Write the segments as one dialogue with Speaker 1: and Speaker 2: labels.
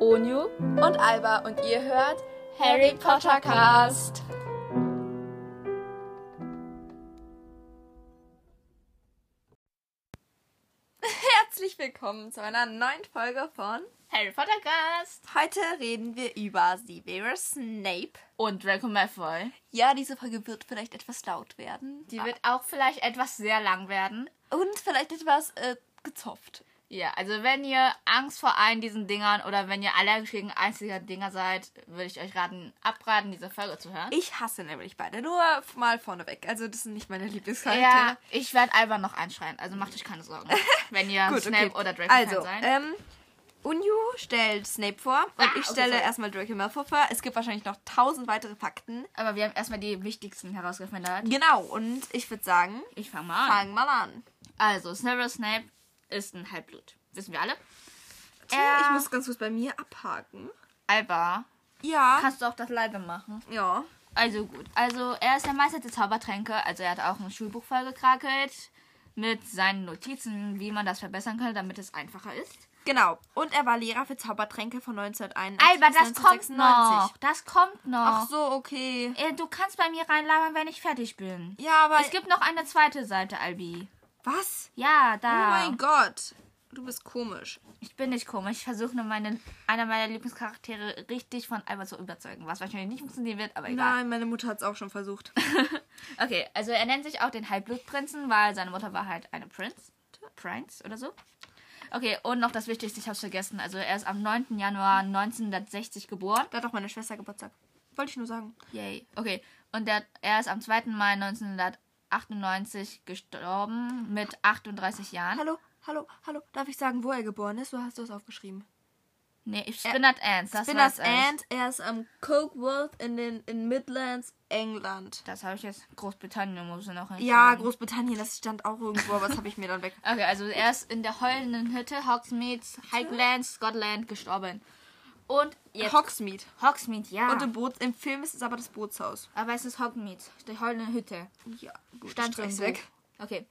Speaker 1: Onyu und Alba und ihr hört Harry Potter Cast. Herzlich willkommen zu einer neuen Folge von
Speaker 2: Harry Potter Cast
Speaker 1: Heute reden wir über Severus Snape.
Speaker 2: und Draco Malfoy.
Speaker 1: Ja, diese Folge wird vielleicht etwas laut werden.
Speaker 2: Die wird auch vielleicht etwas sehr lang werden.
Speaker 1: und vielleicht etwas äh, gezopft.
Speaker 2: Ja, also wenn ihr Angst vor allen diesen Dingern oder wenn ihr allergisch gegen einziger Dinger seid, würde ich euch raten, abraten, diese Folge zu hören.
Speaker 1: Ich hasse nämlich beide. Nur mal vorneweg. Also, das sind nicht meine Lieblingscharaktere.
Speaker 2: ja, ich werde Alba noch einschreien, also macht euch keine Sorgen, wenn ihr Ähm, Snape oder Draco
Speaker 1: Also,
Speaker 2: seid.
Speaker 1: ähm, Unju stellt Snape vor und
Speaker 2: Ah,
Speaker 1: ich
Speaker 2: okay,
Speaker 1: stelle
Speaker 2: sorry.
Speaker 1: erstmal Draco Malfoy vor. Es gibt wahrscheinlich noch tausend weitere Fakten.
Speaker 2: Aber wir haben erstmal die wichtigsten herausgefunden.
Speaker 1: Genau, und ich würde sagen,
Speaker 2: Ich fange mal an.
Speaker 1: fangen mal an.
Speaker 2: Also, Severus Snape ist ein Halbblut. Wissen wir alle?
Speaker 1: Äh,
Speaker 2: Er-
Speaker 1: Ich muss ganz kurz bei mir abhaken.
Speaker 2: Alba,
Speaker 1: Ja.
Speaker 2: kannst du auch das leider machen?
Speaker 1: ja.
Speaker 2: Also gut. Also er ist der Meister der Zaubertränke. Also er hat auch ein Schulbuch vollgekrakelt mit seinen Notizen, wie man das verbessern könnte, damit es einfacher ist.
Speaker 1: Genau. Und er war Lehrer für Zaubertränke von 1981
Speaker 2: Alba,
Speaker 1: bis
Speaker 2: das kommt
Speaker 1: 1996.
Speaker 2: noch. Das kommt
Speaker 1: Ach
Speaker 2: noch.
Speaker 1: so, okay.
Speaker 2: Äh, Du kannst bei mir reinlabern, wenn ich fertig bin.
Speaker 1: Ja, aber...
Speaker 2: Es gibt noch eine zweite Seite, Albi.
Speaker 1: was?
Speaker 2: Ja,
Speaker 1: Oh
Speaker 2: da.
Speaker 1: mein Gott. Du bist komisch.
Speaker 2: ich bin nicht komisch. Ich versuche nur meine, einer meiner Lieblingscharaktere richtig von Alba zu überzeugen. Was wahrscheinlich nicht funktionieren wird, aber egal.
Speaker 1: Nein, meine Mutter hat es auch schon versucht.
Speaker 2: Okay, also er nennt sich auch den Halbblutprinzen, weil seine Mutter war halt eine Prinz. Prinz oder so. Okay, und noch das Wichtigste, ich hab's vergessen. Also er ist am 9. Januar 1960 geboren.
Speaker 1: Da hat auch meine Schwester Geburtstag. Wollte ich nur sagen.
Speaker 2: Yay. Okay, und der, er ist am 2. Mai 1998 gestorben mit 38 Jahren.
Speaker 1: Hallo, hallo, hallo. Darf ich sagen, wo er geboren ist? Wo hast du es aufgeschrieben?
Speaker 2: Nee, ich
Speaker 1: Äh,
Speaker 2: bin das Ernst. Das
Speaker 1: Ich bin
Speaker 2: weiß
Speaker 1: das Ant. Er ist am Cokeworth in den in Midlands, England.
Speaker 2: Das habe ich jetzt. Großbritannien muss ich noch hin.
Speaker 1: Ja, Großbritannien, das stand auch irgendwo, aber das habe ich mir dann weg.
Speaker 2: Okay, also er ist in der heulenden Hütte Hogsmeade, Highlands, Scotland gestorben. Und jetzt
Speaker 1: Hogsmeade.
Speaker 2: Hogsmeade, ja.
Speaker 1: Und im, Boot, im Film ist es aber das Bootshaus.
Speaker 2: Aber es ist Hogmeade, die heulende Hütte.
Speaker 1: Ja, gut.
Speaker 2: Stand so
Speaker 1: Streich's
Speaker 2: im Buch. Okay.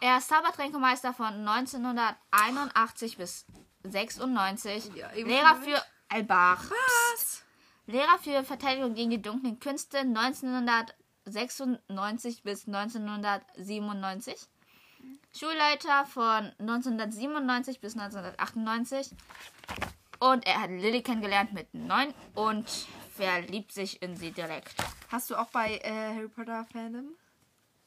Speaker 2: Er ist Zaubertränkemeister von 1981 bis 96.
Speaker 1: Ja, eben
Speaker 2: Lehrer
Speaker 1: schon
Speaker 2: für Albach.
Speaker 1: Was?
Speaker 2: Lehrer für Verteidigung gegen die dunklen Künste 1996 bis 1997. Schulleiter von 1997 bis 1998. Und er hat Lilly kennengelernt mit 9 und verliebt sich in sie direkt.
Speaker 1: Hast du auch bei äh, Harry Potter Fandom?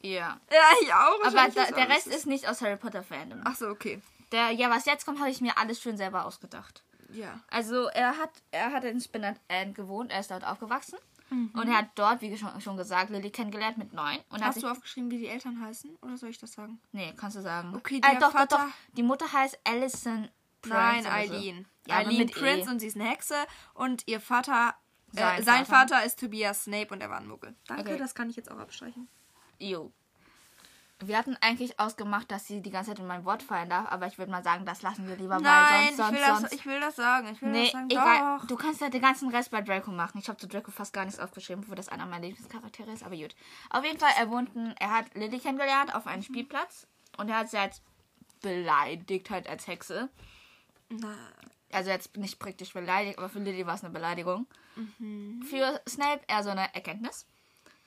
Speaker 2: Ja.
Speaker 1: Ja, ich auch.
Speaker 2: Aber
Speaker 1: wahrscheinlich
Speaker 2: da,
Speaker 1: ist Ah.
Speaker 2: der
Speaker 1: alles-
Speaker 2: Rest ist nicht aus Harry Potter Fandom.
Speaker 1: Ach so, okay.
Speaker 2: Der, ja, was jetzt kommt, habe ich mir alles schön selber ausgedacht.
Speaker 1: Ja.
Speaker 2: Also er hat, er hat in Spinnert End gewohnt, er ist dort aufgewachsen.
Speaker 1: Mhm.
Speaker 2: Und er hat dort, wie schon, schon gesagt, Lily kennengelernt mit neun. Und hat
Speaker 1: Hast
Speaker 2: sich,
Speaker 1: du aufgeschrieben, wie die Eltern heißen? Oder soll ich das sagen?
Speaker 2: Nee, kannst du sagen.
Speaker 1: Okay,
Speaker 2: Ah,
Speaker 1: der
Speaker 2: doch,
Speaker 1: Vater-
Speaker 2: doch, doch. Die Mutter heißt Alison Prince
Speaker 1: Nein,
Speaker 2: oder so.
Speaker 1: Eileen.
Speaker 2: Ja, aber
Speaker 1: Eileen
Speaker 2: mit
Speaker 1: Prince
Speaker 2: E.
Speaker 1: und sie ist eine Hexe und ihr Vater. Sein, äh,
Speaker 2: Sein
Speaker 1: sein Vater.
Speaker 2: Vater.
Speaker 1: ist Tobias Snape und er war ein Muggel. Danke,
Speaker 2: Okay.
Speaker 1: das kann ich jetzt auch abstreichen.
Speaker 2: Jo. Wir hatten eigentlich ausgemacht, dass sie die ganze Zeit in mein Wort fallen darf, aber ich würde mal sagen, das lassen wir lieber,
Speaker 1: Nein,
Speaker 2: weil sonst,
Speaker 1: ich, will
Speaker 2: sonst, sonst
Speaker 1: das, ich will das sagen. Ich will das
Speaker 2: Nee,
Speaker 1: sagen.
Speaker 2: egal.
Speaker 1: Doch.
Speaker 2: Du kannst ja den ganzen Rest bei Draco machen. Ich habe zu Draco fast gar nichts aufgeschrieben, wo das einer meiner Lieblingscharaktere ist, aber gut. Auf jeden Fall, er wohnt, in- er hat Lily kennengelernt auf
Speaker 1: Mhm.
Speaker 2: einem Spielplatz und er hat sie halt beleidigt, halt als Hexe.
Speaker 1: Na,
Speaker 2: Also jetzt nicht praktisch beleidigt, aber für Lily war es eine Beleidigung. Für Snape eher so eine Erkenntnis.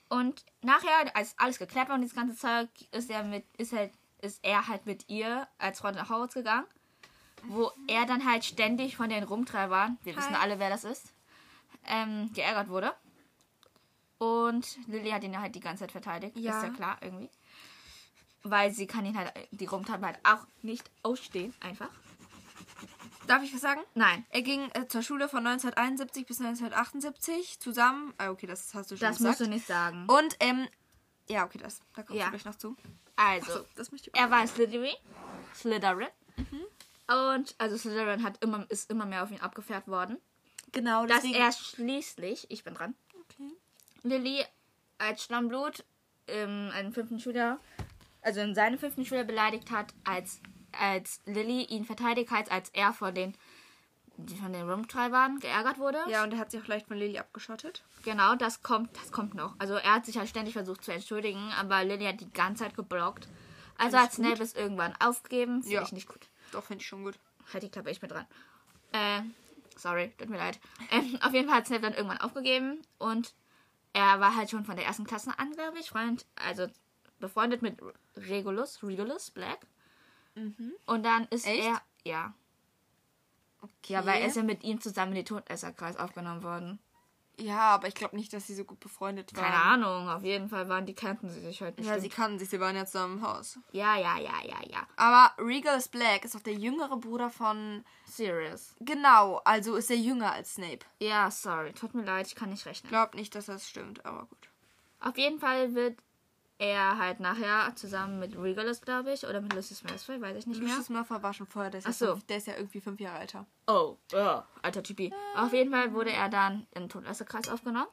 Speaker 2: Und nachher, als alles geklärt war und das ganze Zeug, ist er mit, ist halt, ist er halt mit ihr als Freund nach Hogwarts gegangen, wo er dann halt ständig von den Rumtreibern, wir wissen
Speaker 1: Hi.
Speaker 2: alle, wer das ist, ähm, geärgert wurde. Und Lily hat ihn halt die ganze Zeit verteidigt,
Speaker 1: Ja.
Speaker 2: ist ja klar irgendwie. Weil sie kann ihn halt, die Rumtreiber halt auch nicht ausstehen, einfach.
Speaker 1: darf ich was sagen?
Speaker 2: Nein,
Speaker 1: Er ging äh, zur Schule von 1971 bis 1978 zusammen. Ah, okay, das hast du schon
Speaker 2: das musst
Speaker 1: gesagt.
Speaker 2: du nicht sagen.
Speaker 1: Und, ähm, ja, okay, das. Da kommst
Speaker 2: Ja.
Speaker 1: du gleich noch zu.
Speaker 2: Also,
Speaker 1: Das möchte ich
Speaker 2: er war Slytherin. Slytherin.
Speaker 1: Mhm.
Speaker 2: Und also Slytherin hat immer, ist immer mehr auf ihn abgefährt worden.
Speaker 1: Genau,
Speaker 2: Dass
Speaker 1: deswegen.
Speaker 2: er schließlich, ich bin dran,
Speaker 1: Okay.
Speaker 2: Lilly als Schlammblut ähm, einen fünften Schüler, also in seinem fünften Schüler beleidigt hat, als, als Lilly ihn verteidigt hat, als er von den, von den Rumtreibern geärgert wurde.
Speaker 1: Ja, und er hat sich auch leicht von Lily abgeschottet.
Speaker 2: Genau, das kommt, das kommt noch. Also er hat sich halt ständig versucht zu entschuldigen, aber Lily hat die ganze Zeit geblockt. Also hat Snape es irgendwann aufgegeben. Finde
Speaker 1: Ja.
Speaker 2: ich nicht gut.
Speaker 1: Doch, finde ich schon gut.
Speaker 2: Halt die Klappe, ich bin dran. Äh, Sorry, tut mir leid. Ähm, auf jeden Fall hat Snape dann irgendwann aufgegeben und er war halt schon von der ersten Klasse an, glaube ich, Freund, also befreundet mit Regulus, Regulus Black. Und dann ist
Speaker 1: Echt?
Speaker 2: er, ja,
Speaker 1: Okay.
Speaker 2: ja, weil er ist ja mit ihm zusammen in den Todesserkreis aufgenommen worden.
Speaker 1: Ja, aber ich glaube nicht, dass sie so gut befreundet waren.
Speaker 2: Keine Ahnung, auf jeden Fall waren die kannten sie sich halt
Speaker 1: Ja, sie
Speaker 2: bestimmt.
Speaker 1: kannten sich, sie waren ja zusammen im Haus.
Speaker 2: Ja, ja, ja, ja, ja.
Speaker 1: Aber Regalus Black ist auch der jüngere Bruder von.
Speaker 2: Serious.
Speaker 1: Genau, also ist er jünger als Snape.
Speaker 2: Ja, sorry, tut mir leid, ich kann nicht rechnen.
Speaker 1: Glaubt nicht, dass das stimmt, aber gut.
Speaker 2: Auf jeden Fall wird er halt nachher zusammen mit Regulus, glaube ich, oder mit Lucius Malfoy, weiß ich nicht mehr.
Speaker 1: Lucius Malfoy war schon vorher, der ist,
Speaker 2: Ach so.
Speaker 1: ja, fünf, der ist ja irgendwie fünf Jahre älter.
Speaker 2: Oh, ja, alter Typi. Äh. Auf jeden Fall wurde er dann in den Todesserkreis aufgenommen.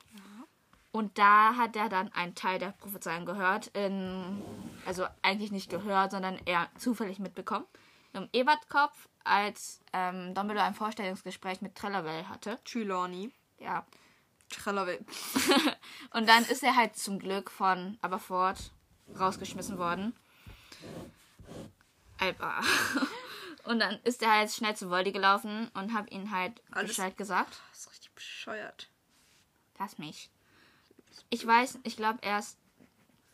Speaker 2: Und da hat er dann einen Teil der Prophezeiung gehört. In, also eigentlich nicht gehört, sondern eher zufällig mitbekommen. Im Ebertkopf, als ähm, Dumbledore ein Vorstellungsgespräch mit Trelawell hatte.
Speaker 1: Trelawney.
Speaker 2: Ja.
Speaker 1: Trelawney.
Speaker 2: Und dann ist er halt zum Glück von Aberford rausgeschmissen worden. Alba. Und dann ist er halt schnell zu Voldy gelaufen und hab ihn halt
Speaker 1: Alles-
Speaker 2: Bescheid gesagt.
Speaker 1: Das ist richtig bescheuert.
Speaker 2: Lass mich. Ich weiß, ich glaube erst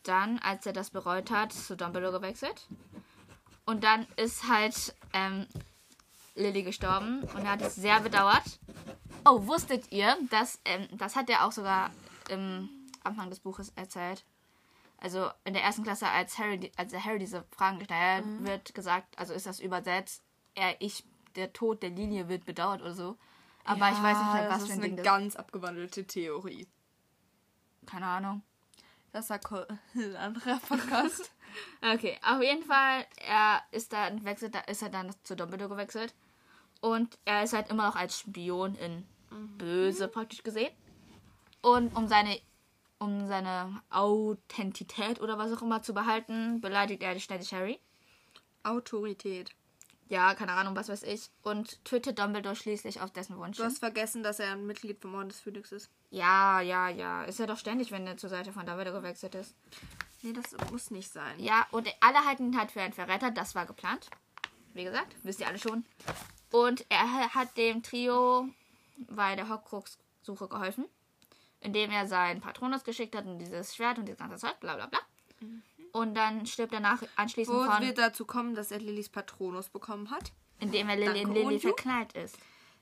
Speaker 2: dann, als er das bereut hat, zu Dumbledore gewechselt. Und dann ist halt ähm, Lily gestorben und er hat es sehr bedauert. Oh, wusstet ihr, dass ähm, das hat er auch sogar im Anfang des Buches erzählt. Also in der ersten Klasse, als Harry, die- als Harry diese Fragen gestellt hat,
Speaker 1: Mhm.
Speaker 2: wird gesagt, also ist das übersetzt, er, ich, der Tod der Linie wird bedauert oder so. Aber ich weiß nicht,
Speaker 1: Ah,
Speaker 2: halt, was
Speaker 1: das
Speaker 2: für ein
Speaker 1: ist eine
Speaker 2: Ding das
Speaker 1: ganz abgewandelte Theorie.
Speaker 2: Keine Ahnung.
Speaker 1: Das war ko- ein anderer Podcast.
Speaker 2: Okay, auf jeden Fall, er ist dann wechselt, da ist er dann zu Dumbledore gewechselt. Und er ist halt immer noch als Spion in Böse praktisch gesehen. Und um seine, um seine Authentität oder was auch immer zu behalten, beleidigt er ständig Harry.
Speaker 1: Autorität.
Speaker 2: Ja, keine Ahnung, was weiß ich. Und tötet Dumbledore schließlich auf dessen Wunsch.
Speaker 1: Du
Speaker 2: hin.
Speaker 1: hast vergessen, dass er ein Mitglied vom Orden des Phönix ist.
Speaker 2: Ja, ja, ja. Ist er doch ständig, wenn er zur Seite von Dumbledore gewechselt ist.
Speaker 1: Nee, das muss nicht sein.
Speaker 2: Ja, und alle halten ihn halt für einen Verräter. Das war geplant. Wie gesagt, wisst ihr alle schon. Und er ha- hat dem Trio bei der Horcrux-Suche geholfen, indem er seinen Patronus geschickt hat und dieses Schwert und das ganze Zeug, bla bla bla. Und dann stirbt er nach anschließend
Speaker 1: Wo wir
Speaker 2: von,
Speaker 1: dazu kommen, dass er Lillys Patronus bekommen hat.
Speaker 2: indem er Lily in
Speaker 1: Danke,
Speaker 2: Lily
Speaker 1: und du?
Speaker 2: verknallt ist.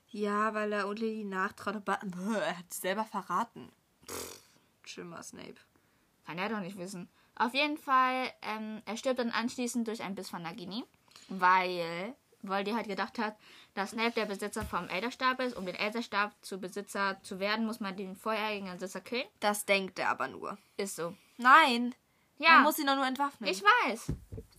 Speaker 1: Ja, weil er und Lilly nachtraut. aber- Bäh, Er hat selber verraten. Pff, Schlimmer Snape.
Speaker 2: Kann er doch nicht wissen. Auf jeden Fall, ähm, er stirbt dann anschließend durch einen Biss von Nagini, weil Voldy halt gedacht hat, dass Snape der Besitzer vom Elderstab ist. Um den Elderstab zu Besitzer zu werden, muss man den vorherigen Besitzer killen.
Speaker 1: Das denkt er aber nur.
Speaker 2: Ist so.
Speaker 1: Nein.
Speaker 2: Ja,
Speaker 1: Man muss ihn doch nur entwaffnen.
Speaker 2: ich weiß.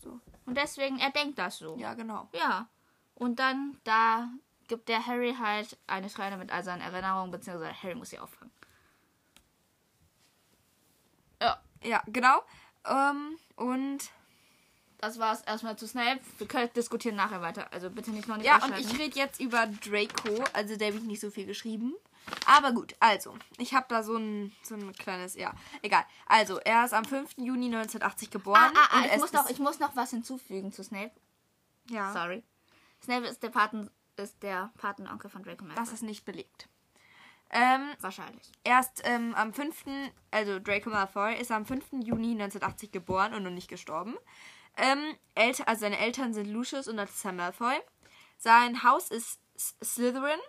Speaker 1: So.
Speaker 2: Und deswegen, er denkt das so.
Speaker 1: Ja, genau.
Speaker 2: Ja. Und dann, da gibt der Harry halt eine Schreine mit all seinen Erinnerungen, beziehungsweise Harry muss sie auffangen. Ja.
Speaker 1: Ja, genau. Ähm, und
Speaker 2: Das war's erstmal zu Snape. Wir können diskutieren nachher weiter. Also bitte nicht noch nicht
Speaker 1: Ja, und
Speaker 2: abschalten.
Speaker 1: ich rede jetzt über Draco. Also, der habe ich nicht so viel geschrieben. Aber gut, also, ich habe da so ein, so ein kleines, ja, egal. Also, er ist am 5. Juni 1980 geboren.
Speaker 2: Ah, ah, ah,
Speaker 1: und
Speaker 2: ich,
Speaker 1: es
Speaker 2: muss
Speaker 1: ist-
Speaker 2: noch, ich muss noch was hinzufügen zu Snape.
Speaker 1: ja,
Speaker 2: Sorry. Snape ist der Paten ist der Patenonkel von Draco Malfoy.
Speaker 1: das ist nicht belegt. Ähm,
Speaker 2: wahrscheinlich.
Speaker 1: erst ähm, am 5., also Draco Malfoy ist am 5. Juni 1980 geboren und noch nicht gestorben. Ähm, El also seine Eltern sind Lucius und Narcissa Malfoy. Sein Haus ist S Slytherin.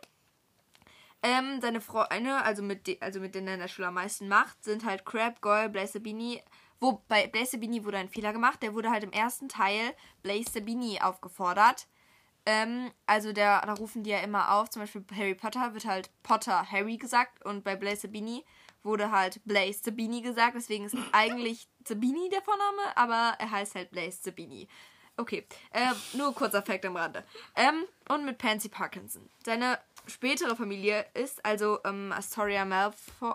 Speaker 1: Ähm, seine Freunde, also mit, de also mit denen er in der Schule am meisten macht, sind halt Crab, Goyle, Blaise Sabini. Wo, bei Blaise Sabini wurde ein Fehler gemacht. Der wurde halt im ersten Teil Blaise Sabini aufgefordert. Ähm, also der, da rufen die ja immer auf. Zum Beispiel Harry Potter wird halt Potter Harry gesagt und bei Blaise Sabini wurde halt Blaise Sabini gesagt. Deswegen ist eigentlich Sabini der Vorname, aber er heißt halt Blaise Sabini. Okay, ähm, nur kurzer Fact am Rande. Ähm, und mit Pansy Parkinson. Seine spätere Familie ist also ähm, Astoria Malfoy.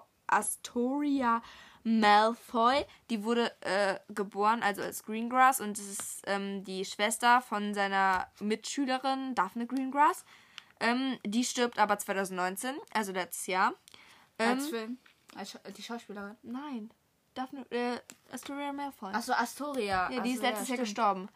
Speaker 1: Astoria Malfoy. Die wurde äh, geboren, also als Greengrass, und es ist ähm, die Schwester von seiner Mitschülerin Daphne Greengrass. Ähm, die stirbt aber 2019, also letztes Jahr. Ähm.
Speaker 2: Als Film. Als Scha- die Schauspielerin.
Speaker 1: Nein, Daphne, äh, Astoria Malfoy.
Speaker 2: Achso, Astoria.
Speaker 1: ja, die ist
Speaker 2: Ach so,
Speaker 1: letztes
Speaker 2: ja,
Speaker 1: Jahr
Speaker 2: stimmt.
Speaker 1: gestorben.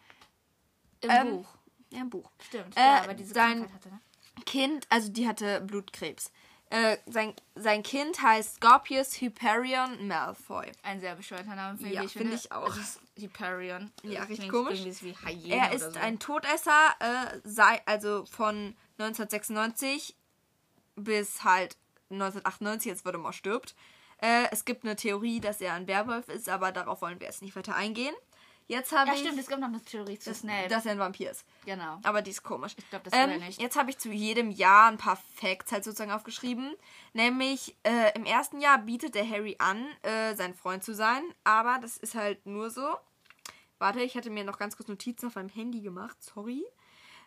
Speaker 2: Im
Speaker 1: ähm,
Speaker 2: Buch.
Speaker 1: Ja, im Buch.
Speaker 2: Stimmt.
Speaker 1: äh,
Speaker 2: ja, aber diese
Speaker 1: sein-
Speaker 2: Krankheit hatte, ne?
Speaker 1: Kind, also die hatte Blutkrebs. Äh, sein, sein Kind heißt Scorpius Hyperion Malfoy.
Speaker 2: Ein sehr bescheuerter Name, finde
Speaker 1: Ja,
Speaker 2: ich.
Speaker 1: finde ich auch.
Speaker 2: Also es ist Hyperion. Das
Speaker 1: Ja, richtig
Speaker 2: klingt
Speaker 1: komisch.
Speaker 2: irgendwie wie Hyäne
Speaker 1: Er
Speaker 2: oder
Speaker 1: ist
Speaker 2: so.
Speaker 1: ein Todesser, äh, sei, also von 1996 bis halt 1998, jetzt Voldemort stirbt. Äh, es gibt eine Theorie, dass er ein Werwolf ist, aber darauf wollen wir jetzt nicht weiter eingehen. Jetzt habe
Speaker 2: Ja,
Speaker 1: ich,
Speaker 2: stimmt, es gibt noch eine Theorie zu Snape.
Speaker 1: dass er ein Vampir ist.
Speaker 2: genau.
Speaker 1: Aber die ist komisch.
Speaker 2: Ich glaub, das will
Speaker 1: ähm,
Speaker 2: er nicht.
Speaker 1: Jetzt habe ich zu jedem Jahr ein paar Facts halt sozusagen aufgeschrieben. Nämlich, äh, im ersten Jahr bietet der Harry an, äh, sein Freund zu sein. Aber das ist halt nur so. Warte, ich hatte mir noch ganz kurz Notizen auf meinem Handy gemacht. Sorry.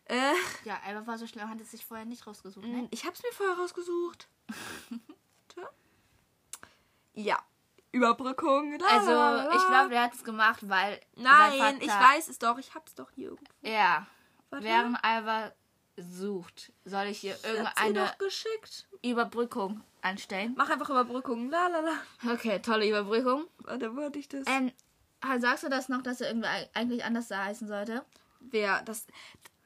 Speaker 1: Äh,
Speaker 2: Ja, Alba war so schlau, hat es sich vorher nicht rausgesucht. Ne?
Speaker 1: ich habe es mir vorher rausgesucht. Warte. ja. Überbrückung. la,
Speaker 2: Also,
Speaker 1: la, la, la.
Speaker 2: ich glaube, der hat es gemacht, weil.
Speaker 1: Nein, ich
Speaker 2: weiß.
Speaker 1: weiß es doch. Ich hab's doch hier irgendwo.
Speaker 2: Ja.
Speaker 1: Warte.
Speaker 2: Während Alba sucht, soll ich hier
Speaker 1: Hat's ihr
Speaker 2: irgendeine
Speaker 1: doch geschickt.
Speaker 2: Überbrückung anstellen.
Speaker 1: Mach einfach Überbrückung. La la la.
Speaker 2: Okay, tolle Überbrückung.
Speaker 1: Warte, wollte ich das?
Speaker 2: Ähm, Han, sagst du das noch, dass er irgendwie eig- eigentlich anders heißen sollte?
Speaker 1: Wer das.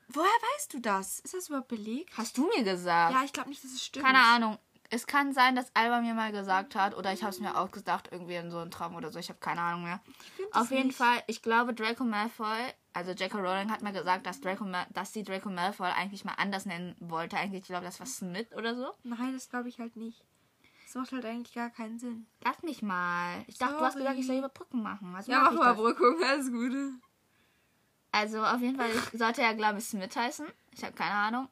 Speaker 1: Woher weißt du das? Ist das überhaupt belegt?
Speaker 2: Hast du mir gesagt?
Speaker 1: Ja, ich glaube nicht, dass es stimmt.
Speaker 2: Keine Ahnung. Es kann sein, dass Alba mir mal gesagt hat oder ich habe es mir auch gedacht, irgendwie in so einem Traum oder so. Ich habe keine Ahnung mehr.
Speaker 1: find das
Speaker 2: Auf jeden
Speaker 1: nicht.
Speaker 2: Fall, ich glaube, Draco Malfoy, also J.K. Rowling hat mir gesagt, dass, Draco Mal dass sie Draco Malfoy eigentlich mal anders nennen wollte. Eigentlich, ich glaube, das war Smith oder so.
Speaker 1: Nein, das glaube ich halt nicht. Das macht halt eigentlich gar keinen Sinn.
Speaker 2: Lass mich mal. Ich dachte, du hast gesagt, ich soll Überbrücken machen. Also
Speaker 1: Ja,
Speaker 2: mach
Speaker 1: mach
Speaker 2: ich
Speaker 1: mal
Speaker 2: das.
Speaker 1: Brückung, alles Gute.
Speaker 2: Also auf jeden Fall ich sollte er, glaube ich, Smith heißen. Ich habe keine Ahnung.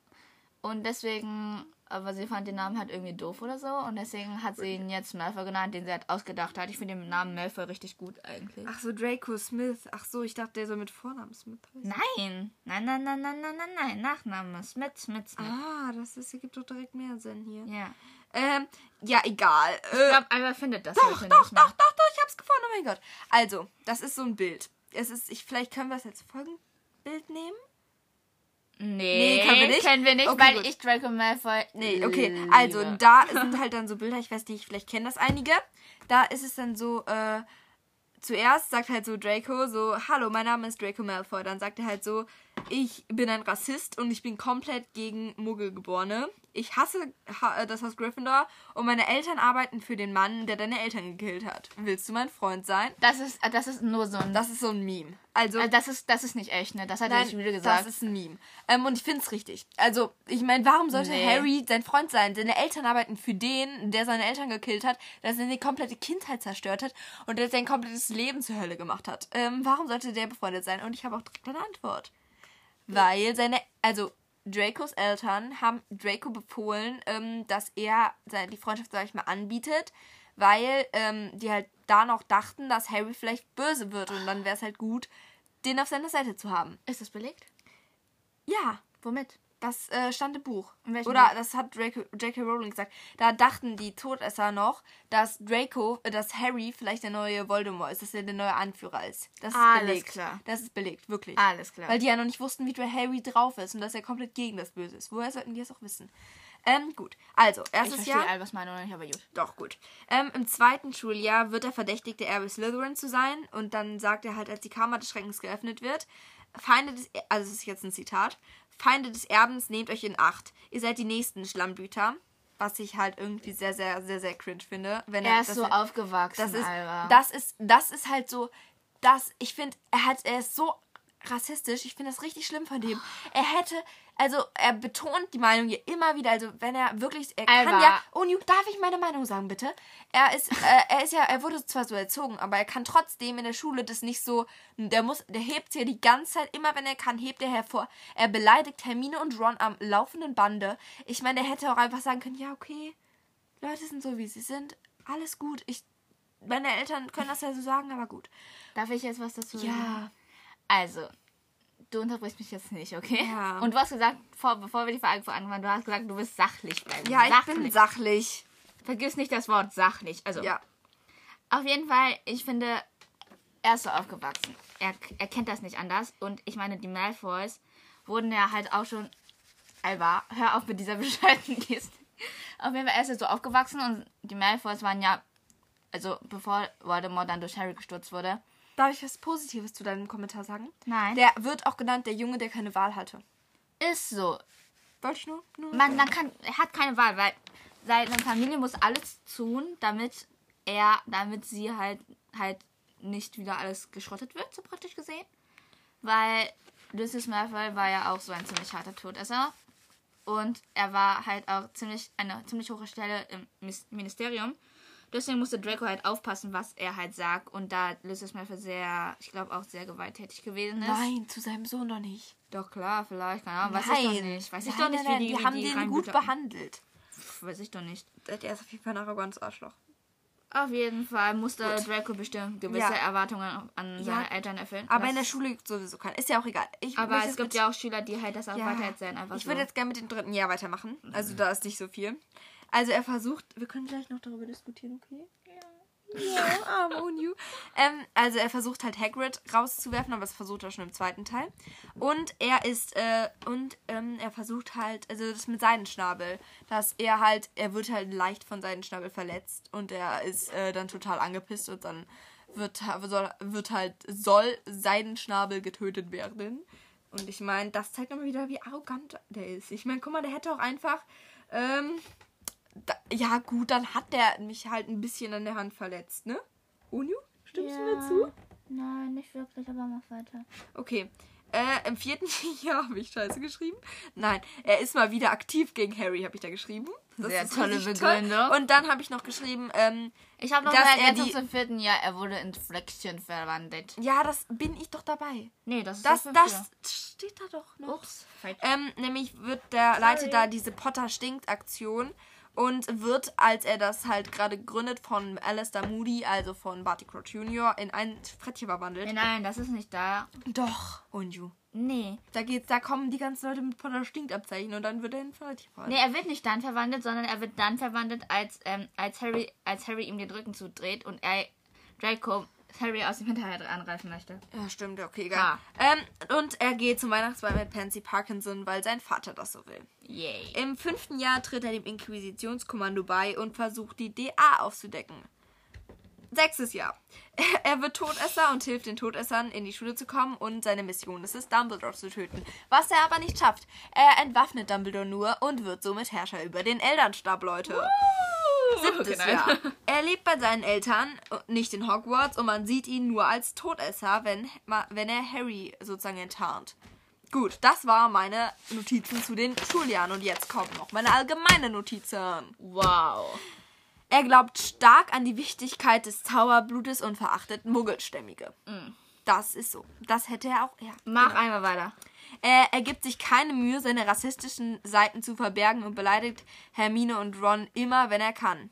Speaker 2: Und deswegen, aber sie fand den Namen halt irgendwie doof oder so. Und deswegen hat sie ihn jetzt Malfoy genannt, den sie halt ausgedacht hat. Ich finde den Namen Malfoy richtig gut eigentlich.
Speaker 1: Ach so, Draco Smith. Ach so, ich dachte, der soll mit Vornamen Smith heißen.
Speaker 2: Nein. Nein, nein, nein, nein, nein, nein, nein. Nachname. Smith, Smith, Smith.
Speaker 1: Ah, das ist, ergibt doch direkt mehr Sinn hier.
Speaker 2: Ja.
Speaker 1: Ähm, ja, egal. Äh,
Speaker 2: Ich glaube, Alba findet das
Speaker 1: doch,
Speaker 2: heute
Speaker 1: doch,
Speaker 2: nicht mehr.
Speaker 1: doch, doch, doch, ich hab's gefunden, oh mein Gott. Also, das ist so ein Bild. Es ist, ich, vielleicht können wir es als Folgenbild nehmen.
Speaker 2: Nee,
Speaker 1: Nee, können wir nicht?
Speaker 2: können wir nicht,
Speaker 1: Okay,
Speaker 2: weil
Speaker 1: gut.
Speaker 2: ich Draco Malfoy
Speaker 1: Nee, okay.
Speaker 2: liebe.
Speaker 1: Also da sind halt dann so Bilder, ich weiß nicht, vielleicht kennen das einige. Da ist es dann so, äh, zuerst sagt halt so Draco so, hallo, mein Name ist Draco Malfoy. Dann sagt er halt so, ich bin ein Rassist und ich bin komplett gegen Muggelgeborene. Ich hasse ha äh, das Haus Gryffindor und meine Eltern arbeiten für den Mann, der deine Eltern gekillt hat. Willst du mein Freund sein?
Speaker 2: Das ist, das ist nur so ein... Das,
Speaker 1: Das ist so ein Meme. Also,
Speaker 2: das, ist, das ist nicht echt, ne? Das hat er
Speaker 1: Nein,
Speaker 2: nicht wieder gesagt.
Speaker 1: das ist ein Meme. Ähm, und ich finde es richtig. Also, ich meine, warum sollte
Speaker 2: Nee.
Speaker 1: Harry sein Freund sein? Seine Eltern arbeiten für den, der seine Eltern gekillt hat, der seine komplette Kindheit zerstört hat und der sein komplettes Leben zur Hölle gemacht hat. Ähm, warum sollte der befreundet sein? Und ich habe auch direkt eine Antwort. Weil seine, also Dracos Eltern haben Draco befohlen, ähm, dass er seine, die Freundschaft, sag ich mal, anbietet, weil ähm, die halt da noch dachten, dass Harry vielleicht böse wird und dann wäre es halt gut, den auf seiner Seite zu haben.
Speaker 2: ist das belegt?
Speaker 1: Ja,
Speaker 2: Womit?
Speaker 1: das äh, stand im Buch.
Speaker 2: In welchem
Speaker 1: Oder
Speaker 2: Buch?
Speaker 1: das hat Draco- J.K. Rowling gesagt. Da dachten die Todesser noch, dass Draco, äh, dass Harry vielleicht der neue Voldemort ist, dass er der neue Anführer ist. Das ist
Speaker 2: Alles
Speaker 1: belegt.
Speaker 2: klar.
Speaker 1: Das ist belegt, wirklich.
Speaker 2: Alles klar.
Speaker 1: Weil die ja noch nicht wussten, wie der Harry drauf ist und dass er komplett gegen das Böse ist. Woher sollten die das auch wissen? Ähm, gut. Also,
Speaker 2: Ich
Speaker 1: erstes
Speaker 2: verstehe
Speaker 1: Jahr.
Speaker 2: Albers Meinung nicht, aber gut.
Speaker 1: Doch, gut. Ähm, Im zweiten Schuljahr wird er verdächtigt, der Erbe Slytherin zu sein. Und dann sagt er halt, als die Kammer des Schreckens geöffnet wird, Feinde des... Er also, das ist jetzt ein Zitat. Feinde des Erbens, nehmt euch in Acht. Ihr seid die nächsten Schlammblüter. Was ich halt irgendwie sehr, sehr, sehr, sehr cringe finde. Wenn
Speaker 2: Er ist
Speaker 1: das- halt
Speaker 2: so aufgewachsen,
Speaker 1: das ist,
Speaker 2: Alba.
Speaker 1: das ist, das ist halt so, das, ich finde, er hat, er ist so rassistisch, ich finde das richtig schlimm von dem. Er hätte, also er betont die Meinung hier immer wieder, also wenn er wirklich, er
Speaker 2: Alba.
Speaker 1: kann ja, oh, Ju- darf ich meine Meinung sagen, bitte? Er ist, äh, er ist ja, er wurde zwar so erzogen, aber er kann trotzdem in der Schule das nicht so, der muss, der hebt hier die ganze Zeit, immer wenn er kann, hebt er hervor. Er beleidigt Hermine und Ron am laufenden Bande. Ich meine, er hätte auch einfach sagen können, ja, okay, Leute sind so, wie sie sind, alles gut, ich meine Eltern können das ja so sagen, aber gut.
Speaker 2: Darf ich jetzt was dazu sagen? Also, du unterbrichst mich jetzt nicht, okay?
Speaker 1: Ja.
Speaker 2: Und du hast gesagt, vor, bevor wir die Frage voranfangen, du hast gesagt, du bist sachlich bleiben.
Speaker 1: Ja, ich
Speaker 2: sachlich.
Speaker 1: bin sachlich.
Speaker 2: Vergiss nicht das Wort sachlich. Also,
Speaker 1: Ja.
Speaker 2: auf jeden Fall, ich finde, er ist so aufgewachsen. Er, er kennt das nicht anders. Und ich meine, die Malfoys wurden ja halt auch schon. Alba, hör auf mit dieser bescheuerten Geste. Auf jeden Fall, er ist ja so aufgewachsen und die Malfoys waren ja. Also, bevor Voldemort dann durch Harry gestürzt wurde.
Speaker 1: Darf ich was Positives zu deinem Kommentar sagen?
Speaker 2: Nein.
Speaker 1: Der wird auch genannt der Junge, der keine Wahl hatte.
Speaker 2: Ist so.
Speaker 1: Wollte ich nur. nur
Speaker 2: Man, man kann, er hat keine Wahl, weil seine Familie muss alles tun, damit er, damit sie halt, halt nicht wieder alles geschrottet wird, so praktisch gesehen. Weil Lucius Malfoy war ja auch so ein ziemlich harter Todesser. Und er war halt auch ziemlich, eine ziemlich hohe Stelle im Mis- Ministerium. Deswegen musste Draco halt aufpassen, was er halt sagt. Und da Lucius Malfoy sehr, ich glaube auch sehr gewalttätig gewesen ist.
Speaker 1: Nein, zu seinem Sohn noch nicht.
Speaker 2: Doch klar, vielleicht, keine Ahnung, weiß ich doch nicht. Weiß ich doch nicht, wie die, wie
Speaker 1: haben
Speaker 2: die
Speaker 1: den gut
Speaker 2: Reinblüter-
Speaker 1: behandelt.
Speaker 2: Pff, Weiß ich doch nicht.
Speaker 1: Der ist auf jeden Fall ein arrogantes Arschloch.
Speaker 2: Auf jeden Fall musste Draco bestimmt gewisse
Speaker 1: Ja.
Speaker 2: Erwartungen an
Speaker 1: Ja.
Speaker 2: seine Eltern erfüllen.
Speaker 1: Aber
Speaker 2: Was-
Speaker 1: in der Schule gibt es sowieso keinen. Ist ja auch egal. Ich
Speaker 2: aber
Speaker 1: möchte
Speaker 2: es
Speaker 1: jetzt
Speaker 2: gibt
Speaker 1: mit-
Speaker 2: ja auch Schüler, die halt das auch weiter erzählen. Einfach
Speaker 1: Ich
Speaker 2: so.
Speaker 1: würde jetzt gerne mit dem dritten Jahr weitermachen. Also da ist nicht so viel. Also er versucht, wir können gleich noch darüber diskutieren, okay? Ja. Ja, I'm on you. Ähm, also er versucht halt Hagrid rauszuwerfen, aber das versucht er schon im zweiten Teil. Und er ist, äh, und ähm, er versucht halt, also das mit Seidenschnabel, dass er halt, er wird halt leicht von Seidenschnabel verletzt und er ist äh, dann total angepisst und dann wird, ha- soll, wird halt, soll Seidenschnabel getötet werden. Und ich meine, das zeigt immer wieder, wie arrogant der ist. Ich meine, guck mal, der hätte auch einfach, ähm, da, ja gut, dann hat der mich halt ein bisschen an der Hand verletzt, ne? Onyu, stimmst du mir zu?
Speaker 2: Nein, nicht wirklich, aber mach weiter.
Speaker 1: Okay. Äh, im vierten Jahr habe ich Scheiße geschrieben. Nein, er ist mal wieder aktiv gegen Harry, habe ich da geschrieben.
Speaker 2: Sehr tolle
Speaker 1: richtig
Speaker 2: Begründung.
Speaker 1: Und dann habe ich noch geschrieben, ähm,
Speaker 2: Ich habe noch
Speaker 1: Dass
Speaker 2: mal
Speaker 1: er
Speaker 2: ergänzt
Speaker 1: die-
Speaker 2: zum vierten Jahr, er wurde in Fleckchen verwandelt.
Speaker 1: ja, das bin ich doch dabei.
Speaker 2: Nee, das ist
Speaker 1: Das,
Speaker 2: fünfte.
Speaker 1: das steht da doch noch.
Speaker 2: Ups.
Speaker 1: Ähm, nämlich wird der leitet da diese Potter stinkt Aktion und wird, als er das halt gerade gründet, von Alistair Moody, also von Barty Crouch Jr., in ein Frettchen verwandelt.
Speaker 2: Nee, nein, das ist nicht da.
Speaker 1: Doch. Und you.
Speaker 2: Nee.
Speaker 1: Da geht's, da kommen die ganzen Leute mit Potter stinkt Abzeichen und dann wird er in ein Frettchen verwandelt.
Speaker 2: Nee, er wird nicht dann verwandelt, sondern er wird dann verwandelt, als, ähm, als, Harry, als Harry ihm den Rücken zudreht und er Draco Harry aus dem Hinterhalt angreifen möchte.
Speaker 1: Ja, stimmt, okay, egal. Ähm, und er geht zum Weihnachtsball mit Pansy Parkinson, weil sein Vater das so will.
Speaker 2: Yay.
Speaker 1: Im fünften Jahr tritt er dem Inquisitionskommando bei und versucht, die DA aufzudecken. Sechstes Jahr. Er wird Todesser und hilft den Todessern, in die Schule zu kommen und seine Mission ist es, Dumbledore zu töten. Was er aber nicht schafft. Er entwaffnet Dumbledore nur und wird somit Herrscher über den Eldernstab, Leute. Siebtes
Speaker 2: Genau.
Speaker 1: Jahr. Er lebt bei seinen Eltern, äh, nicht in Hogwarts, und man sieht ihn nur als Todesser, wenn, ma- wenn er Harry sozusagen enttarnt. Gut, das waren meine Notizen zu den Schuljahren und jetzt kommen noch meine allgemeinen Notizen.
Speaker 2: Wow.
Speaker 1: Er glaubt stark an die Wichtigkeit des Zauberblutes und verachtet Muggelstämmige. Das ist so. Das hätte er auch. Ja.
Speaker 2: Mach einmal weiter.
Speaker 1: Er ergibt sich keine Mühe, seine rassistischen Seiten zu verbergen und beleidigt Hermine und Ron immer, wenn er kann.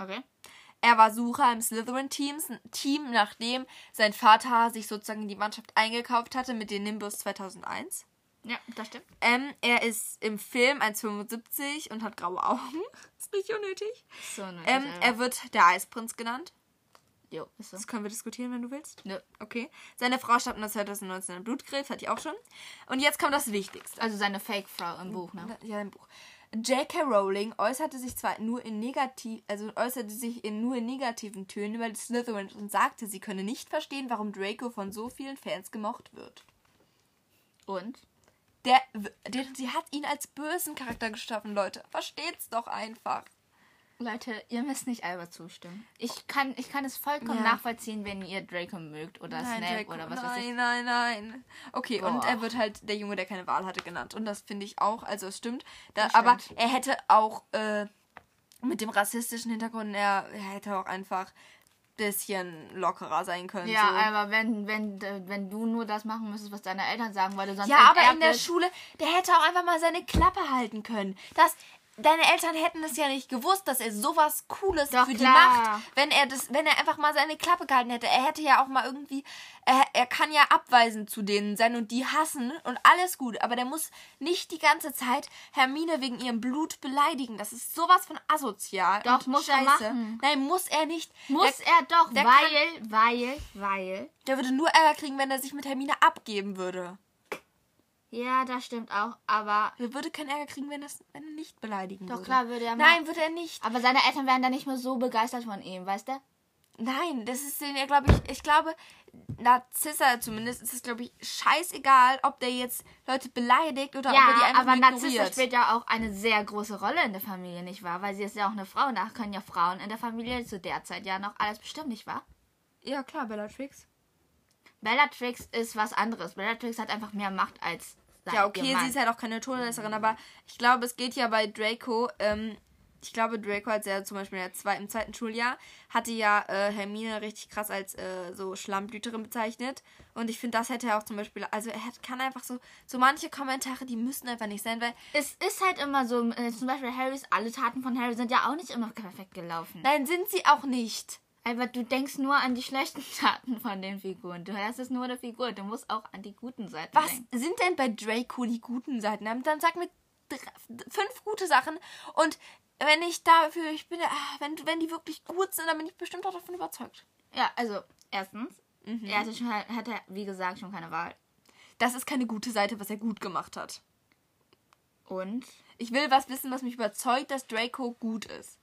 Speaker 2: Okay.
Speaker 1: Er war Sucher im Slytherin-Teams, ein Team, nachdem sein Vater sich sozusagen in die Mannschaft eingekauft hatte mit den Nimbus 2001.
Speaker 2: Ja, das stimmt.
Speaker 1: Ähm, er ist im Film 1,75 und hat graue Augen. ist richtig unnötig.
Speaker 2: So, ne,
Speaker 1: Ähm,
Speaker 2: das-
Speaker 1: er wird der Eisprinz genannt.
Speaker 2: jo, ist so.
Speaker 1: Das können wir diskutieren, wenn du willst.
Speaker 2: Nö.
Speaker 1: Okay. Seine Frau starb 2019 an Blutkrebs, hatte ich auch schon. Und jetzt kommt das Wichtigste.
Speaker 2: Also seine Fake-Frau im Buch, ne?
Speaker 1: Ja, im Buch. J.K. Rowling äußerte sich zwar nur in negativ, also äußerte sich in nur in negativen Tönen über die Slytherins und sagte, sie könne nicht verstehen, warum Draco von so vielen Fans gemocht wird.
Speaker 2: Und?
Speaker 1: Der, der, sie hat ihn als bösen Charakter geschaffen, Leute. Versteht's doch einfach.
Speaker 2: Leute, ihr müsst nicht Alba zustimmen. Ich kann, ich kann es vollkommen
Speaker 1: Ja.
Speaker 2: nachvollziehen, wenn ihr Draco mögt oder Snape
Speaker 1: Draco,
Speaker 2: oder was weiß ich.
Speaker 1: nein, nein, nein. Okay, und
Speaker 2: Boah.
Speaker 1: er wird halt der Junge, der keine Wahl hatte, genannt. Und das finde ich auch, also es stimmt. Da,
Speaker 2: Das
Speaker 1: aber
Speaker 2: stimmt.
Speaker 1: er hätte auch äh, mit dem rassistischen Hintergrund, er, er hätte auch einfach ein bisschen lockerer sein können.
Speaker 2: Ja,
Speaker 1: so.
Speaker 2: aber wenn, wenn, wenn du nur das machen müsstest, was deine Eltern sagen, weil du sonst
Speaker 1: Ja, aber in
Speaker 2: enterbt
Speaker 1: der
Speaker 2: wirst.
Speaker 1: Schule, der hätte auch einfach mal seine Klappe halten können. Das, deine Eltern hätten es ja nicht gewusst, dass er sowas Cooles
Speaker 2: Doch,
Speaker 1: für die
Speaker 2: klar.
Speaker 1: macht. Wenn er das, wenn er einfach mal seine Klappe gehalten hätte, er hätte ja auch mal irgendwie, er, er kann ja abweisend zu denen sein und die hassen und alles gut, aber der muss nicht die ganze Zeit Hermine wegen ihrem Blut beleidigen. Das ist sowas von asozial.
Speaker 2: Doch,
Speaker 1: und
Speaker 2: muss er
Speaker 1: scheiße.
Speaker 2: machen.
Speaker 1: Nein, muss er nicht.
Speaker 2: Muss
Speaker 1: Der-
Speaker 2: er doch,
Speaker 1: der
Speaker 2: weil, weil, weil.
Speaker 1: der würde nur Ärger kriegen, wenn er sich mit Hermine abgeben würde.
Speaker 2: Ja, das stimmt auch, aber.
Speaker 1: Er würde keinen Ärger kriegen, wenn, das, wenn er nicht beleidigen
Speaker 2: Doch
Speaker 1: würde.
Speaker 2: klar würde er mal-
Speaker 1: Nein, würde er nicht.
Speaker 2: Aber seine Eltern wären dann nicht mehr so begeistert von ihm, weißt du?
Speaker 1: Nein, das ist denen ja, glaube ich, ich glaube, Narzissa zumindest ist es, glaube ich, scheißegal, ob der jetzt Leute beleidigt oder ob er die
Speaker 2: Ja,
Speaker 1: einfach
Speaker 2: aber
Speaker 1: nur
Speaker 2: Narzissa
Speaker 1: ignoriert.
Speaker 2: spielt ja auch eine sehr große Rolle in der Familie, nicht wahr? Weil sie ist ja auch eine Frau und da können ja Frauen in der Familie zu der Zeit ja noch alles bestimmen, nicht wahr?
Speaker 1: Ja, klar, Bellatrix.
Speaker 2: Bellatrix ist was anderes. Bellatrix hat einfach mehr Macht als sein
Speaker 1: Ja, okay,
Speaker 2: ihr Mann.
Speaker 1: sie ist halt auch keine Todesserin, aber ich glaube, es geht ja bei Draco, ähm, ich glaube, Draco hat ja zum Beispiel in der zwei, im zweiten Schuljahr, hatte ja äh, Hermine richtig krass als äh, so Schlammblüterin bezeichnet. Und ich finde, das hätte er auch zum Beispiel, also er hat, kann einfach so, so manche Kommentare, die müssen einfach nicht sein, weil
Speaker 2: es ist halt immer so, äh, zum Beispiel Harrys, alle Taten von Harry sind ja auch nicht immer perfekt gelaufen.
Speaker 1: nein, sind sie auch nicht.
Speaker 2: Aber du denkst nur an die schlechten Taten von den Figuren. Du hörst es nur der Figur. Du musst auch an die guten Seiten
Speaker 1: Was
Speaker 2: denken.
Speaker 1: sind denn bei Draco die guten Seiten? Dann dann sag mir dr- fünf gute Sachen und wenn ich dafür, ich bin, ah, wenn, wenn die wirklich gut sind, dann bin ich bestimmt auch davon überzeugt.
Speaker 2: Ja, also, erstens,
Speaker 1: Mhm.
Speaker 2: er hatte, schon, hatte, wie gesagt, schon keine Wahl.
Speaker 1: Das ist keine gute Seite, was er gut gemacht hat.
Speaker 2: Und
Speaker 1: Ich will was wissen, was mich überzeugt, dass Draco gut ist.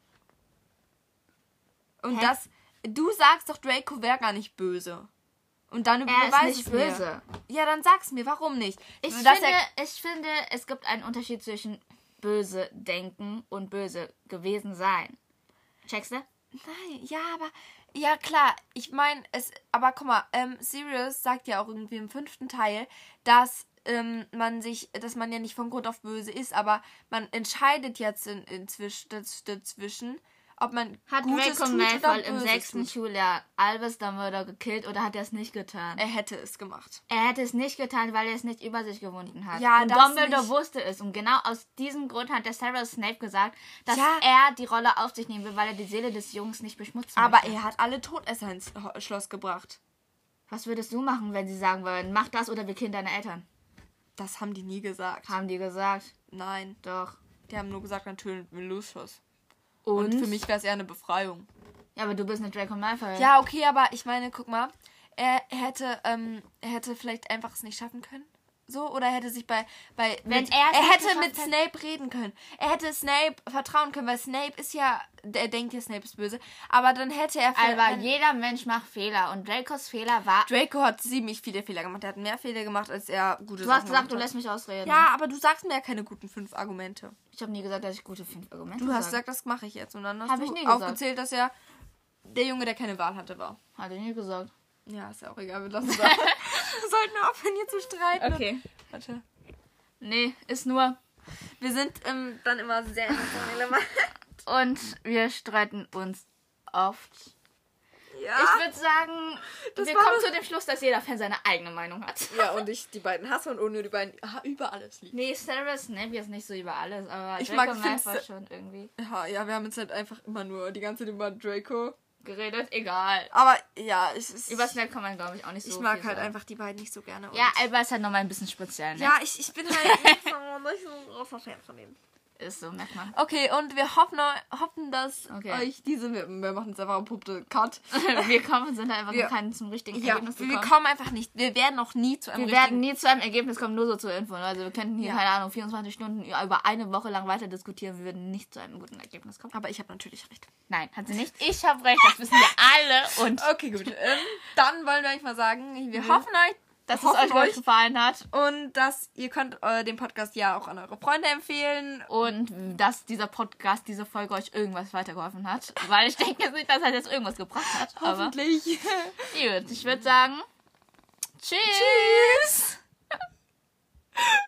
Speaker 1: Und
Speaker 2: Hä?
Speaker 1: das, du sagst doch, Draco wäre gar nicht böse. Und
Speaker 2: er
Speaker 1: dann
Speaker 2: ist
Speaker 1: überweist
Speaker 2: nicht
Speaker 1: es mir.
Speaker 2: böse.
Speaker 1: Ja, dann sag's mir, warum nicht?
Speaker 2: Ich
Speaker 1: Dass
Speaker 2: finde,
Speaker 1: er-
Speaker 2: ich finde, es gibt einen Unterschied zwischen böse denken und böse gewesen sein. Checkst du?
Speaker 1: Nein, ja, aber. Ja, klar. Ich meine, es. Aber guck mal, ähm, Sirius sagt ja auch irgendwie im fünften Teil, dass ähm, man sich. Dass man ja nicht von Grund auf böse ist, aber man entscheidet jetzt in, inzwischen, daz, dazwischen, ob man.
Speaker 2: Hat
Speaker 1: Gutes
Speaker 2: Draco
Speaker 1: tut
Speaker 2: Malfoy
Speaker 1: oder
Speaker 2: im
Speaker 1: Böses
Speaker 2: sechsten
Speaker 1: tut.
Speaker 2: Schuljahr Albus Dumbledore gekillt oder hat er es nicht getan?
Speaker 1: Er hätte es gemacht.
Speaker 2: Er hätte es nicht getan, weil er es nicht über sich gewunden hat.
Speaker 1: Ja,
Speaker 2: und
Speaker 1: das
Speaker 2: Dumbledore
Speaker 1: nicht.
Speaker 2: wusste es. Und genau aus diesem Grund hat der Severus Snape gesagt, dass
Speaker 1: Ja.
Speaker 2: er die Rolle auf sich nehmen will, weil er die Seele des Jungs nicht beschmutzen
Speaker 1: Aber
Speaker 2: möchte.
Speaker 1: er hat alle Todesser ins Ho- Schloss gebracht.
Speaker 2: Was würdest du machen, wenn sie sagen würden, mach das oder wir killen deine Eltern?
Speaker 1: Das haben die nie gesagt.
Speaker 2: Haben die gesagt.
Speaker 1: Nein.
Speaker 2: Doch.
Speaker 1: Die haben nur gesagt, dann töten wir Lucius.
Speaker 2: Und?
Speaker 1: Und für mich wäre es eher eine Befreiung.
Speaker 2: Ja, aber du bist eine Draco Malfoy.
Speaker 1: Ja, okay, aber ich meine, guck mal, er hätte, ähm, er hätte vielleicht einfach es nicht schaffen können. So, oder er hätte sich bei. bei
Speaker 2: Wenn
Speaker 1: mit,
Speaker 2: er es
Speaker 1: er
Speaker 2: nicht
Speaker 1: hätte
Speaker 2: geschafft
Speaker 1: mit
Speaker 2: hätte-
Speaker 1: Snape reden können. Er hätte Snape vertrauen können, weil Snape ist ja. Er denkt ja, Snape ist böse. Aber dann hätte er. vielleicht-
Speaker 2: Aber
Speaker 1: dann-
Speaker 2: jeder Mensch macht Fehler und Dracos Fehler war.
Speaker 1: Draco hat ziemlich viele Fehler gemacht. Er hat mehr Fehler gemacht, als er gute
Speaker 2: Du hast
Speaker 1: Sachen
Speaker 2: gesagt, du
Speaker 1: gemacht
Speaker 2: lässt mich ausreden.
Speaker 1: hat. Ja, aber du sagst mir ja keine guten fünf Argumente.
Speaker 2: Ich habe nie gesagt, dass ich gute fünf Argumente
Speaker 1: Du hast
Speaker 2: sage.
Speaker 1: gesagt, das mache ich jetzt. Und dann hast
Speaker 2: Hab
Speaker 1: du
Speaker 2: ich nie gesagt.
Speaker 1: aufgezählt, dass er der Junge, der keine Wahl hatte, war.
Speaker 2: Hat er nie gesagt.
Speaker 1: Ja, ist ja auch egal. Wir lassen es einfach. Wir sollten aufhören, hier zu streiten. Warte.
Speaker 2: Nee, ist nur.
Speaker 1: Wir sind ähm, dann immer sehr emotional.
Speaker 2: Und wir streiten uns oft.
Speaker 1: ja.
Speaker 2: Ich würde sagen,
Speaker 1: Das
Speaker 2: wir
Speaker 1: war
Speaker 2: kommen
Speaker 1: das-
Speaker 2: zu dem Schluss, dass jeder Fan seine eigene Meinung hat.
Speaker 1: ja, und ich die beiden hasse und ohne die beiden ha, über alles liebe.
Speaker 2: Nee, Severus Snape jetzt nicht so über alles, aber
Speaker 1: Ich
Speaker 2: ich
Speaker 1: mag-
Speaker 2: Draco
Speaker 1: find's-
Speaker 2: Malfoy schon irgendwie
Speaker 1: Ja, ja, wir haben jetzt halt einfach immer nur die ganze Zeit über Draco.
Speaker 2: geredet. Egal.
Speaker 1: Aber ja, es ist.
Speaker 2: Über Snape kann man, glaube ich, auch nicht so
Speaker 1: ich mag
Speaker 2: viel
Speaker 1: halt
Speaker 2: sagen.
Speaker 1: einfach die beiden nicht so gerne. und-
Speaker 2: Ja, Alba ist halt nochmal ein bisschen speziell, ne?
Speaker 1: ja ich, ich bin halt nicht so, nicht so ein großer Fan von ihm.
Speaker 2: Ist so, merkt man.
Speaker 1: Okay, und wir hoffen, hoffen dass
Speaker 2: Okay.
Speaker 1: euch diese. Wir, wir machen jetzt einfach abrupte Cut.
Speaker 2: wir kommen, sind halt einfach
Speaker 1: Ja.
Speaker 2: noch keinen zum richtigen
Speaker 1: Ja,
Speaker 2: Ergebnis
Speaker 1: wir
Speaker 2: gekommen.
Speaker 1: kommen einfach nicht. Wir werden noch nie zu einem
Speaker 2: Wir
Speaker 1: richtigen
Speaker 2: werden nie zu einem Ergebnis kommen, nur so zur Info. Also wir könnten hier,
Speaker 1: Ja.
Speaker 2: keine Ahnung, 24 Stunden über eine Woche lang weiter diskutieren. Wir würden nicht zu einem guten Ergebnis kommen.
Speaker 1: Aber ich habe natürlich recht.
Speaker 2: Nein, hat sie nicht. Ich habe recht, das wissen wir alle. Und
Speaker 1: Okay, gut. Ähm, dann wollen wir eigentlich mal sagen, wir hoffen euch,
Speaker 2: dass es
Speaker 1: hoffen
Speaker 2: euch, euch gefallen hat.
Speaker 1: und dass ihr könnt äh, den Podcast ja auch an eure Freunde empfehlen.
Speaker 2: Und dass dieser Podcast, diese Folge euch irgendwas weitergeholfen hat. Weil ich denke jetzt nicht, dass er jetzt irgendwas gebracht hat. Aber gut,
Speaker 1: Hoffentlich.
Speaker 2: ich würde sagen, tschüss.
Speaker 1: Tschüss.